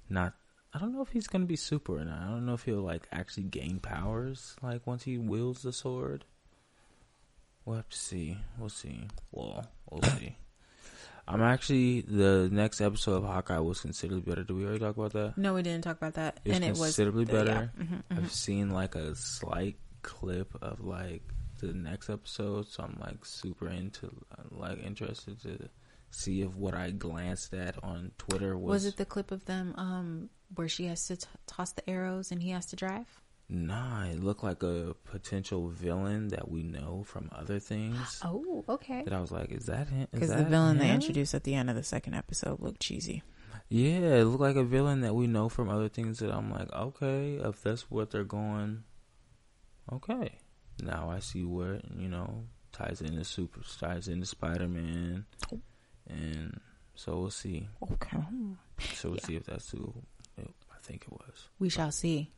Speaker 1: not. I don't know if he's gonna be super or not. I don't know if he'll like actually gain powers. Like once he wields the sword. We'll have to see. We'll see. Well, we'll see. I'm actually the next episode of Hawkeye was considerably better. Did we already talk about that?
Speaker 2: No, we didn't talk about that.
Speaker 1: It's
Speaker 2: and it was
Speaker 1: considerably
Speaker 2: yeah.
Speaker 1: better.
Speaker 2: Mhm, mhm.
Speaker 1: I've seen like a slight clip of like the next episode, so I'm like super into like interested to see if what I glanced at on Twitter was,
Speaker 2: Was it the clip of them um, where she has to t- toss the arrows and he has to drive?
Speaker 1: nah. It looked like a potential villain that we know from other things.
Speaker 2: Oh, okay.
Speaker 1: That I was like, is that him? Is
Speaker 2: Because the
Speaker 1: that
Speaker 2: villain they
Speaker 1: him?
Speaker 2: introduced at the end of the second episode looked cheesy.
Speaker 1: Yeah, it looked like a villain that we know from other things that I'm like, okay, if that's what they're going, okay. Now I see where it, you know ties into super ties into Spider Man, and so we'll see.
Speaker 2: Okay.
Speaker 1: So we'll
Speaker 2: Yeah.
Speaker 1: see if that's who it- I think it was.
Speaker 2: We shall see.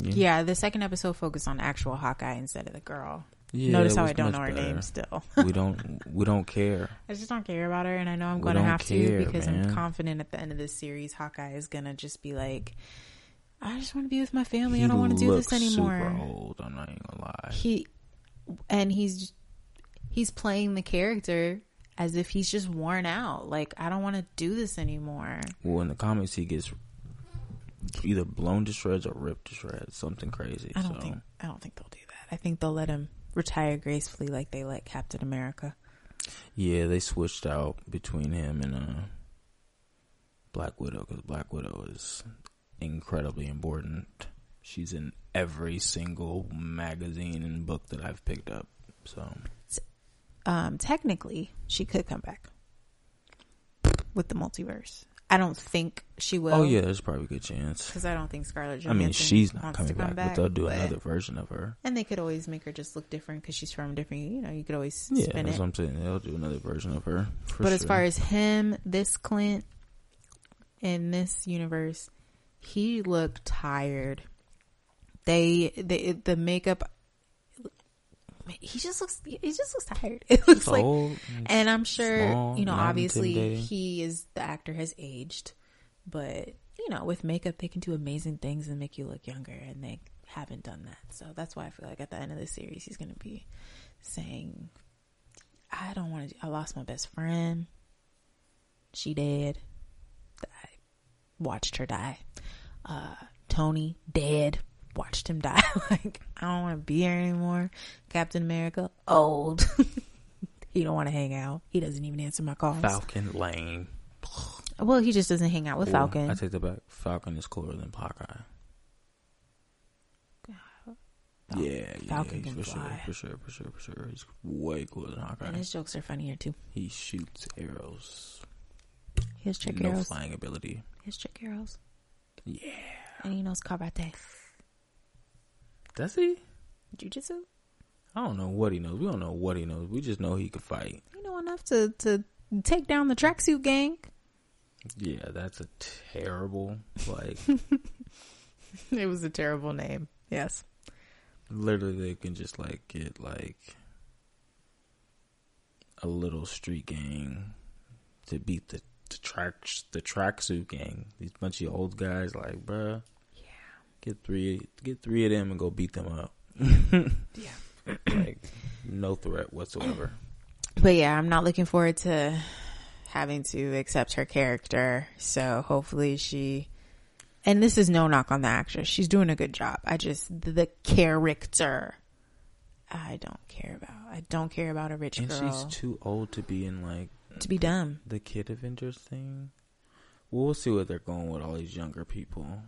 Speaker 2: Yeah, the second episode focused on actual Hawkeye instead of the girl.
Speaker 1: Yeah,
Speaker 2: Notice
Speaker 1: it
Speaker 2: how
Speaker 1: was
Speaker 2: I
Speaker 1: much
Speaker 2: don't know her
Speaker 1: better.
Speaker 2: name still.
Speaker 1: we don't we don't care.
Speaker 2: I just don't care about her, and I know I'm
Speaker 1: We
Speaker 2: going to
Speaker 1: don't
Speaker 2: have
Speaker 1: care,
Speaker 2: to because
Speaker 1: man.
Speaker 2: I'm confident at the end of this series, Hawkeye is going to just be like, I just want to be with my family.
Speaker 1: He
Speaker 2: I don't want to do
Speaker 1: looks
Speaker 2: this anymore.
Speaker 1: Super old. I'm not even gonna lie.
Speaker 2: he and he's he's playing the character as if he's just worn out like i don't want to do this anymore
Speaker 1: Well, in the comics, he gets either blown to shreds or ripped to shreds. Something crazy.
Speaker 2: i don't
Speaker 1: so.
Speaker 2: think i don't think they'll do that i think they'll let him retire gracefully like they let captain america
Speaker 1: Yeah, they switched out between him and uh, Black Widow because Black Widow is incredibly important. She's in every single magazine and book that I've picked up. So Oh,
Speaker 2: um technically she could come back with the multiverse i don't think she will
Speaker 1: oh yeah, there's probably a good chance.
Speaker 2: because i don't think scarlett
Speaker 1: I
Speaker 2: Johansson
Speaker 1: mean, she's not
Speaker 2: wants
Speaker 1: coming
Speaker 2: to come
Speaker 1: back, but they'll do
Speaker 2: but-
Speaker 1: another version of her.
Speaker 2: and they could always make her just look different because she's from different you know you could always
Speaker 1: Yeah,
Speaker 2: spin
Speaker 1: that's
Speaker 2: it
Speaker 1: what I'm saying. They'll do another version of her. For
Speaker 2: but
Speaker 1: sure.
Speaker 2: as far as him, this Clint in this universe, he looked tired. They the the makeup. He just looks. He just looks tired. It looks
Speaker 1: It's
Speaker 2: like,
Speaker 1: old,
Speaker 2: and I'm sure
Speaker 1: small,
Speaker 2: you know.
Speaker 1: not
Speaker 2: Obviously,
Speaker 1: intimidating.
Speaker 2: he is the actor has aged, but you know, with makeup, they can do amazing things and make you look younger, and they haven't done that. So that's why I feel like at the end of the series, he's going to be saying, I don't want to. I lost my best friend. She dead. I watched her die. Uh, Tony dead. Watched him die. like I don't want to be here anymore. Captain America old. he don't want to hang out. He doesn't even answer my calls.
Speaker 1: Falcon Lane.
Speaker 2: Well, he just doesn't hang out with
Speaker 1: Ooh,
Speaker 2: Falcon.
Speaker 1: I take that back. Falcon is cooler than Hawkeye.
Speaker 2: Fal-
Speaker 1: yeah,
Speaker 2: Falcon
Speaker 1: yeah,
Speaker 2: can
Speaker 1: for
Speaker 2: fly.
Speaker 1: sure, for sure, for sure, for sure. He's way cooler than
Speaker 2: And
Speaker 1: Hawkeye.
Speaker 2: his jokes are funnier too.
Speaker 1: He shoots arrows.
Speaker 2: He has trick
Speaker 1: no
Speaker 2: arrows.
Speaker 1: flying ability.
Speaker 2: He has trick arrows.
Speaker 1: Yeah.
Speaker 2: And he knows karate,
Speaker 1: Does he?
Speaker 2: jujitsu.
Speaker 1: I don't know what he knows. We don't know what he knows. We just know he can fight.
Speaker 2: You know enough to to take down the tracksuit gang.
Speaker 1: Yeah, that's a terrible, like,
Speaker 2: It was a terrible name. Yes.
Speaker 1: literally they can just, like, get, like, a little street gang to beat the, the track, the tracksuit gang. These bunch of old guys, like, bruh,
Speaker 2: Yeah.
Speaker 1: get three, get three of them and go beat them up. like, no threat whatsoever.
Speaker 2: But yeah, I'm not looking forward to having to accept her character. So hopefully she and this is no knock on the actress. She's doing a good job. I just the character I don't care about. I don't care about a rich
Speaker 1: And
Speaker 2: girl
Speaker 1: she's too old to be in, like,
Speaker 2: to be dumb.
Speaker 1: the kid Avengers thing. we'll see what they're going with all these younger people.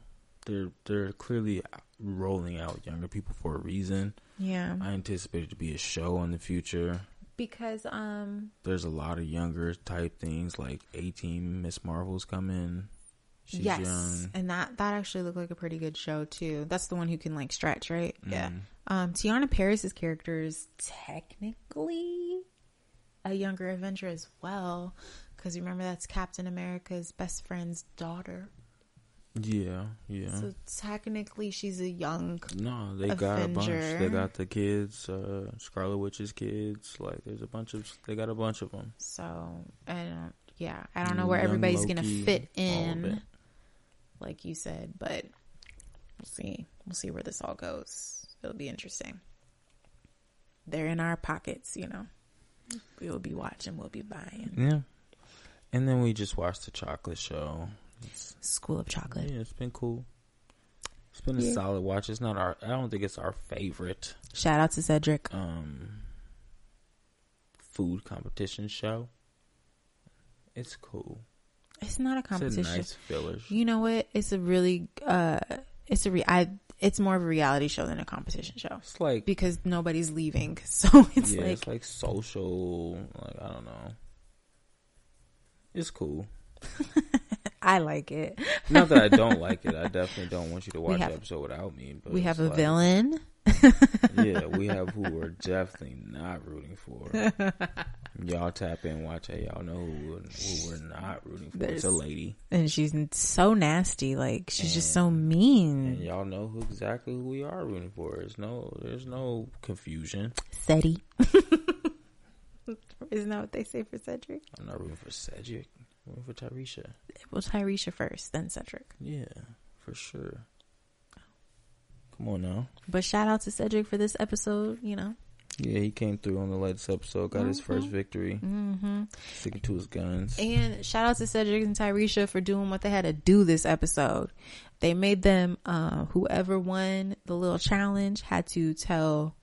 Speaker 1: They're they're clearly rolling out younger people for a reason.
Speaker 2: Yeah.
Speaker 1: I anticipate it to be a show in the future.
Speaker 2: Because um
Speaker 1: There's a lot of younger type things like eighteen Miss Marvel's coming. She's
Speaker 2: yes,
Speaker 1: young.
Speaker 2: and that that actually looked like a pretty good show too. That's the one who can like stretch, right?
Speaker 1: Mhm.
Speaker 2: Um, Tiana Paris's character is technically a younger Avenger as well, because remember that's Captain America's best friend's daughter.
Speaker 1: Yeah, yeah.
Speaker 2: So technically, she's a young.
Speaker 1: no, they got a bunch. They
Speaker 2: Avenger.
Speaker 1: got the kids, uh, Scarlet Witch's kids. Like, there's a bunch of. They got a bunch of them.
Speaker 2: So I don't. Yeah, I don't know where
Speaker 1: Young
Speaker 2: everybody's
Speaker 1: Loki,
Speaker 2: gonna fit
Speaker 1: all of it.
Speaker 2: in, like you said, but we'll see. We'll see where this all goes. It'll be interesting. They're in our pockets, you know. We will be watching. We'll be buying.
Speaker 1: Yeah. And then we just watched the chocolate show.
Speaker 2: School of Chocolate.
Speaker 1: Yeah, it's been cool. It's been a
Speaker 2: Yeah.
Speaker 1: solid watch. It's not our. I don't think it's our favorite
Speaker 2: Shout out to Cedric.
Speaker 1: um food competition show. It's cool.
Speaker 2: It's not a
Speaker 1: It's a
Speaker 2: competition.
Speaker 1: nice filler.
Speaker 2: You know what? It's a really uh it's a re- I it's more of a reality show than a competition show
Speaker 1: It's like
Speaker 2: because nobody's leaving. So it's
Speaker 1: yeah,
Speaker 2: like
Speaker 1: it's like social. Like I don't know. It's cool.
Speaker 2: I like it.
Speaker 1: Not that I don't like it. I definitely don't want you to watch
Speaker 2: have-
Speaker 1: the episode without me. But
Speaker 2: we have
Speaker 1: it's
Speaker 2: a
Speaker 1: like-
Speaker 2: villain.
Speaker 1: yeah, we have who we're definitely not rooting for. y'all tap in, watch it. Y'all know who we're, who we're not rooting for. it's a
Speaker 2: There's-
Speaker 1: lady,
Speaker 2: And she's n- so nasty. Like she's just so
Speaker 1: and
Speaker 2: mean.
Speaker 1: y'all know who exactly who we are rooting for. There's no, there's no confusion.
Speaker 2: Seti. Isn't that what they say for Cedric?
Speaker 1: I'm not rooting for Cedric. I'm rooting for Tyresha.
Speaker 2: Well, Tyresha first, then Cedric.
Speaker 1: Yeah, for sure. Come on now.
Speaker 2: But shout out to Cedric for this episode. You know,
Speaker 1: Yeah, he came through on the latest episode, got his first
Speaker 2: Mhm.
Speaker 1: victory,
Speaker 2: mm-hmm.
Speaker 1: sticking to his guns.
Speaker 2: And shout out to Cedric and Tyresha for doing what they had to do this episode. They made them, uh, whoever won the little challenge had to tell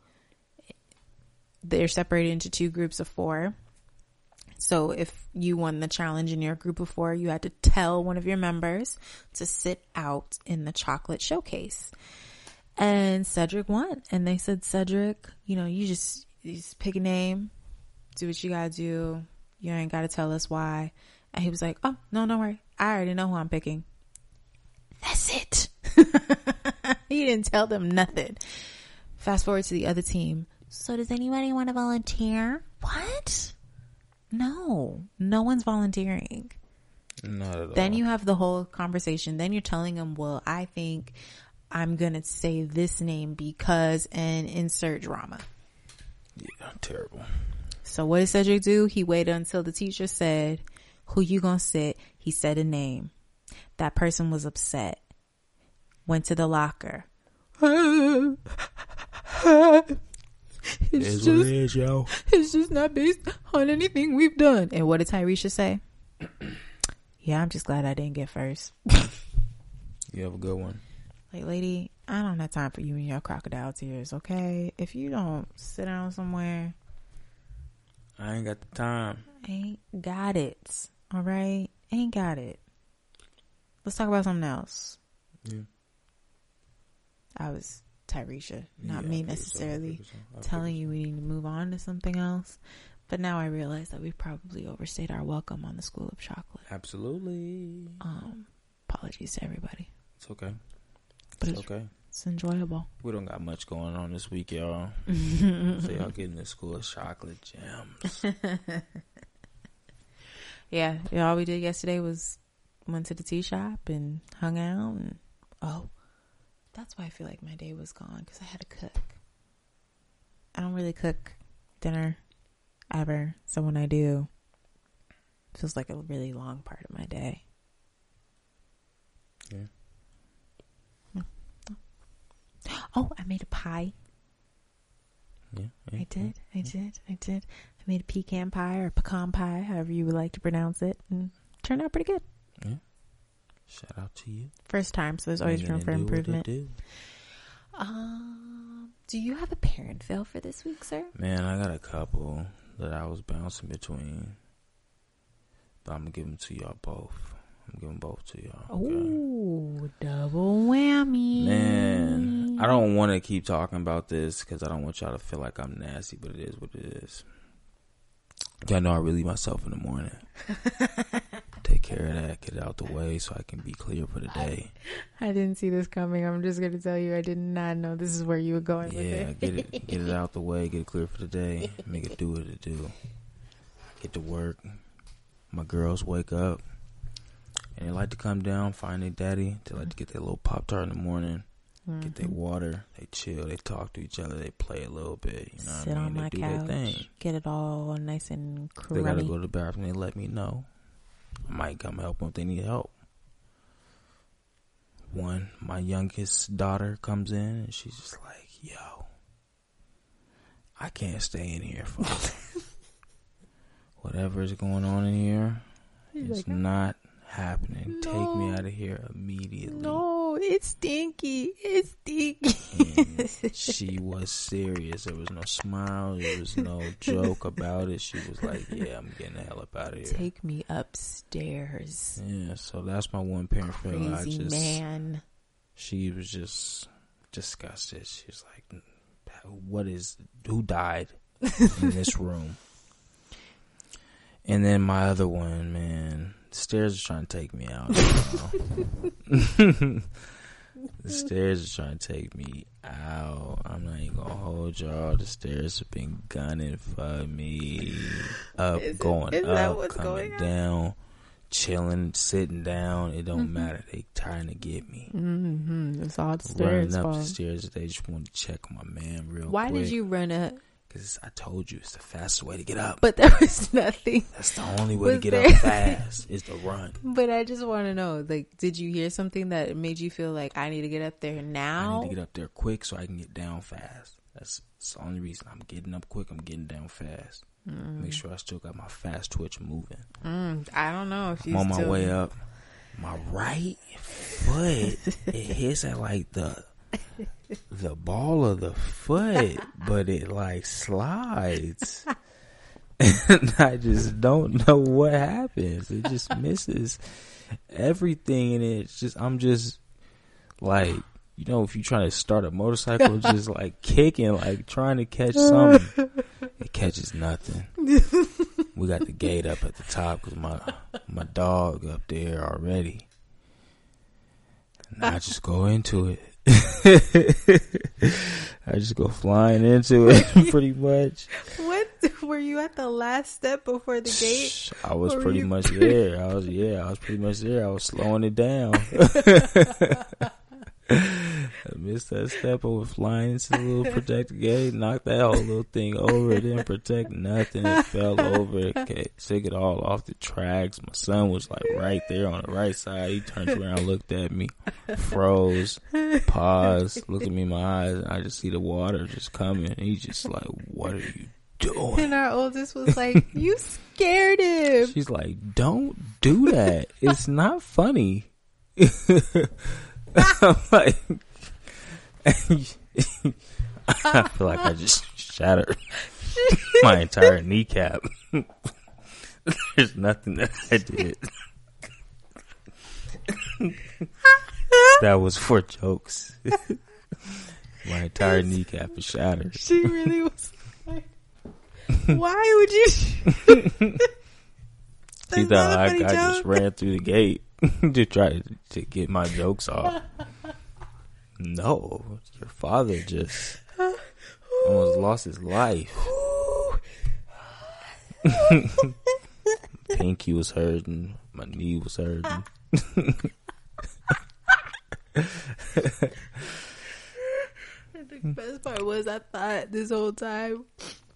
Speaker 2: they're separated into two groups of four. So if you won the challenge in your group of four, you had to tell one of your members to sit out in the chocolate showcase. And Cedric won. And they said, Cedric, you know, you just, you just pick a name, do what you gotta do. You ain't gotta tell us why. And he was like, Oh, no, don't worry. I already know who I'm picking. That's it. he didn't tell them nothing. Fast forward to the other team. So does anybody want to volunteer? What? No. No one's volunteering.
Speaker 1: Not at
Speaker 2: Then
Speaker 1: all.
Speaker 2: you have the whole conversation. Then you're telling them, well, I think I'm going to say this name because and insert drama.
Speaker 1: yeah, terrible.
Speaker 2: So what did Cedric do? He waited until the teacher said, who you gonna sit? He said a name. That person was upset. Went to the locker. it's
Speaker 1: It's what it
Speaker 2: just,
Speaker 1: is, yo.
Speaker 2: it's just not based on anything we've done. And what did Tyresha say? yeah, I'm just glad I didn't get first.
Speaker 1: You have a good one.
Speaker 2: Like, lady, I don't have time for you and your crocodile tears, okay? If you don't sit down somewhere,
Speaker 1: I ain't got the time.
Speaker 2: ain't got it. All right, ain't got it. Let's talk about something else.
Speaker 1: Yeah.
Speaker 2: I was Tyresha,
Speaker 1: Yeah, I
Speaker 2: not
Speaker 1: feel
Speaker 2: me
Speaker 1: so, I
Speaker 2: necessarily,
Speaker 1: feel so, I feel
Speaker 2: telling
Speaker 1: so.
Speaker 2: you we need to move on to something else. But now I realize that we probably overstayed our welcome on the School of Chocolate.
Speaker 1: Absolutely.
Speaker 2: Um, apologies to everybody,
Speaker 1: It's okay.
Speaker 2: but
Speaker 1: It's
Speaker 2: it's,
Speaker 1: okay.
Speaker 2: it's enjoyable.
Speaker 1: We don't got much going on this week, y'all. so y'all getting the school of chocolate gems.
Speaker 2: Yeah, yeah, all we did yesterday was went to the tea shop and hung out. And, oh, that's why I feel like my day was gone because I had to cook. I don't really cook dinner ever, so when I do, it feels like a really long part of my day.
Speaker 1: Yeah.
Speaker 2: Oh, I made a pie.
Speaker 1: yeah, yeah,
Speaker 2: I did. I did. I did. I made a pecan pie or pecan pie, however you would like to pronounce it, and turned out pretty good.
Speaker 1: Shout out to you.
Speaker 2: First time, so there's always
Speaker 1: Making
Speaker 2: room
Speaker 1: it
Speaker 2: for
Speaker 1: do what it
Speaker 2: improvement.
Speaker 1: do.
Speaker 2: Um, do you have a parent fail for this week, sir?
Speaker 1: Man, I got a couple that I was bouncing between, but I'm gonna give them to y'all both. I'm giving both to y'all. okay?
Speaker 2: Ooh, double whammy.
Speaker 1: Man, I don't want to keep talking about this because I don't want y'all to feel like I'm nasty, but it is what it is. Y'all know I really myself in the morning. Take care of that, get it out the way so I can be clear for the day.
Speaker 2: I didn't see this coming. I'm just gonna tell you, I did not know this is where you were going with
Speaker 1: yeah,
Speaker 2: it.
Speaker 1: get it get it out the way, get it clear for the day. Make it do what it do. Get to work. My girls wake up and they like to come down, find their daddy. They like to get their little pop tart in the morning. get their
Speaker 2: Mhm.
Speaker 1: water, they chill, they talk to each other, they play a little bit, you know what
Speaker 2: Sit
Speaker 1: I mean?
Speaker 2: on
Speaker 1: they
Speaker 2: my
Speaker 1: do their thing.
Speaker 2: couch. Get it all nice and
Speaker 1: They gotta
Speaker 2: crummy.
Speaker 1: go to the bathroom, they let me know. I might come help them if they need help. One, my youngest daughter comes in and she's just like, Yo, I can't stay in here for whatever is going on in here.
Speaker 2: He's
Speaker 1: it's
Speaker 2: like, "Ah,
Speaker 1: not happening. Take me
Speaker 2: No.
Speaker 1: out of here immediately.
Speaker 2: no, it's stinky. It's stinky.
Speaker 1: and she was serious. There was no smile. There was no joke about it. She was like, "Yeah, I'm getting the hell up out of here."
Speaker 2: Take me upstairs.
Speaker 1: yeah, so that's my one parent failure. I
Speaker 2: Crazy
Speaker 1: just
Speaker 2: man.
Speaker 1: she was just disgusted. She was like, "What is who died in this room?" And then my other one, man, the stairs are trying to take me out. you know. the stairs are trying to take me out. I'm not even gonna hold y'all. The stairs have been gunning for me. Up,
Speaker 2: Is it-
Speaker 1: going
Speaker 2: is that
Speaker 1: up,
Speaker 2: what's
Speaker 1: coming
Speaker 2: going on?
Speaker 1: down, chilling, sitting down. It don't matter. They trying to get me
Speaker 2: Mm-hmm. It's all the
Speaker 1: running
Speaker 2: stairs
Speaker 1: up the
Speaker 2: fault.
Speaker 1: stairs. They just wanted to check my man real
Speaker 2: Why
Speaker 1: quick.
Speaker 2: did you run up?
Speaker 1: Because I told you it's the fastest way to get up.
Speaker 2: But there was nothing.
Speaker 1: That's the only way to
Speaker 2: Was
Speaker 1: get
Speaker 2: there-
Speaker 1: up fast is to run.
Speaker 2: But I just want to know, like, did you hear something that made you feel like I need to get up there
Speaker 1: I
Speaker 2: now?
Speaker 1: need to get up there quick so I can get down fast. That's, that's the only reason I'm getting up quick. I'm getting down fast. Make sure I still got my fast twitch moving.
Speaker 2: Mm, I don't know if you
Speaker 1: I'm on my
Speaker 2: still-
Speaker 1: way up. My right foot it hits at like the the ball of the foot, but it like slides. and I just don't know what happens. It just misses everything and it's just I'm just like you know, if you try to start a motorcycle, just like kicking, like trying to catch something, it catches nothing. we got the gate up at the top because my my dog up there already. And I just go into it. I just go flying into it, pretty much.
Speaker 2: What were you at the last step before the gate?
Speaker 1: I was
Speaker 2: Or
Speaker 1: pretty
Speaker 2: you-
Speaker 1: much there. I was yeah, I was pretty much there. I was slowing it down. I missed that step. I was flying into the little protective gate, knocked that whole little thing over. It didn't protect nothing. It fell over. It ca- took it all off the tracks. My son was like right there on the right side. He turned around, looked at me, froze, paused, looked at me in my eyes, and I just see the water just coming. He just like, "What are you doing?"
Speaker 2: And our oldest was like, "You scared him."
Speaker 1: She's like, "Don't do that. It's not funny." I'm like, I feel like I just shattered my entire kneecap. There's nothing that I did that was for jokes. my entire kneecap is shattered.
Speaker 2: She really was like, "Why would you?"
Speaker 1: She
Speaker 2: That's
Speaker 1: thought
Speaker 2: not a
Speaker 1: I, I
Speaker 2: funny
Speaker 1: just
Speaker 2: joke.
Speaker 1: ran through the gate to try to, to get my jokes off. No, your father just almost lost his life. Pinky was hurting, my knee was hurting.
Speaker 2: The best part was I thought this whole time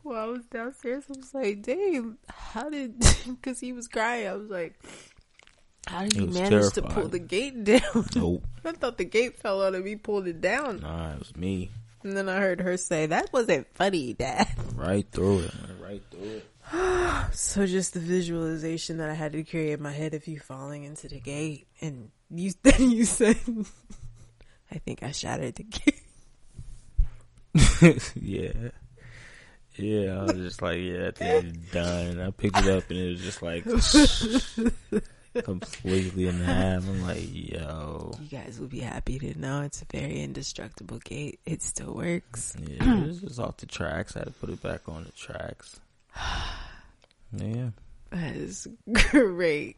Speaker 2: while I was downstairs, I was like, "Damn, how did?" Because he was crying, I was like, "How did
Speaker 1: He
Speaker 2: you
Speaker 1: was
Speaker 2: manage to pull
Speaker 1: terrified.
Speaker 2: the gate down?"
Speaker 1: Nope,
Speaker 2: I thought the gate fell out and he pulled it down,
Speaker 1: nah, it was me.
Speaker 2: and then I heard her say, "That wasn't funny, Dad."
Speaker 1: Right through it, I went right through it.
Speaker 2: So just the visualization that I had to carry in my head of you falling into the gate, and you then you said, "I think I shattered the gate."
Speaker 1: yeah. Yeah, I was just like, yeah, that thing is done. I picked it up and it was just like, completely in half. I'm like, yo,
Speaker 2: You guys will be happy to know it's a very indestructible gate. It still works.
Speaker 1: yeah,
Speaker 2: Hmm.
Speaker 1: this is off the tracks. I had to put it back on the tracks. Yeah,
Speaker 2: That is great.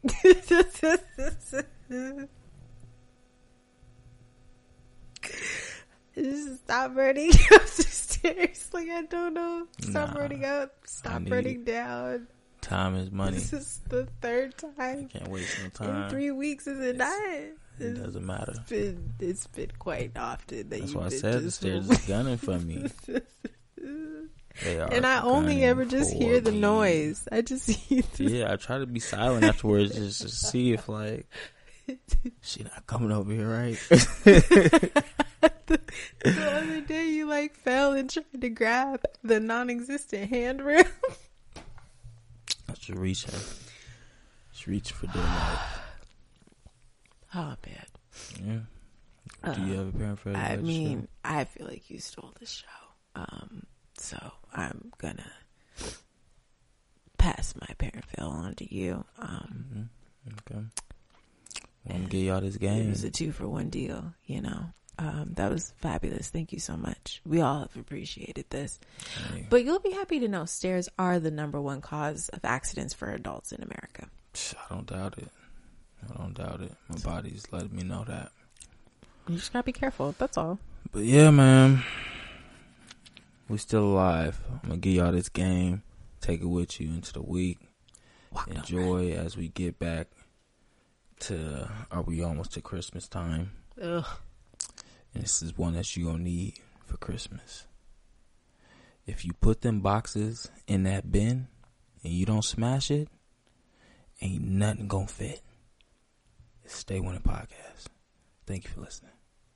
Speaker 2: Just Stop running up the stairs. Like, I don't know. Stop
Speaker 1: Nah.
Speaker 2: running up. Stop
Speaker 1: need-
Speaker 2: running down.
Speaker 1: time is money.
Speaker 2: This is the third
Speaker 1: You
Speaker 2: time
Speaker 1: can't waste no
Speaker 2: in
Speaker 1: time.
Speaker 2: three weeks, is it
Speaker 1: It's-
Speaker 2: not?
Speaker 1: It
Speaker 2: It's
Speaker 1: doesn't matter.
Speaker 2: been, it's been quite often that
Speaker 1: That's
Speaker 2: you've
Speaker 1: why I
Speaker 2: been
Speaker 1: said the
Speaker 2: just
Speaker 1: stairs is gunning for me. They are
Speaker 2: and I only
Speaker 1: gunning
Speaker 2: ever just
Speaker 1: for
Speaker 2: hear the
Speaker 1: me.
Speaker 2: noise. I just hear the
Speaker 1: Yeah, I try to be silent afterwards just to see if like she not coming over here, right?
Speaker 2: the other day you like fell and tried to grab the non-existent handrail.
Speaker 1: I should reach her. She's reaching for dear life.
Speaker 2: Oh man,
Speaker 1: Yeah. Do you
Speaker 2: Uh,
Speaker 1: have a parent for
Speaker 2: I mean, I feel like you stole the show. Um, so I'm gonna pass my parent fail on to you. Um,
Speaker 1: hmm okay. Well, I'm gonna get y'all this
Speaker 2: it
Speaker 1: game.
Speaker 2: was a two for one deal. You know, um, that was fabulous. Thank you so much. We all have appreciated this.
Speaker 1: Hey,
Speaker 2: But you'll be happy to know stairs are the number one cause of accidents for adults in America.
Speaker 1: psh, I don't doubt it. I don't doubt it. My body's letting me know that.
Speaker 2: You just gotta be careful. That's all.
Speaker 1: But yeah, man, we still alive. I'm gonna give y'all this game. Take it with you into the week.
Speaker 2: Walk no
Speaker 1: Enjoy as we get back to. Are we almost to Christmas time?
Speaker 2: run. Ugh.
Speaker 1: And this is one that you gonna need for Christmas. If you put them boxes in that bin and you don't smash it, ain't nothing gonna fit. It's Stay Winning Podcast. Thank you for listening.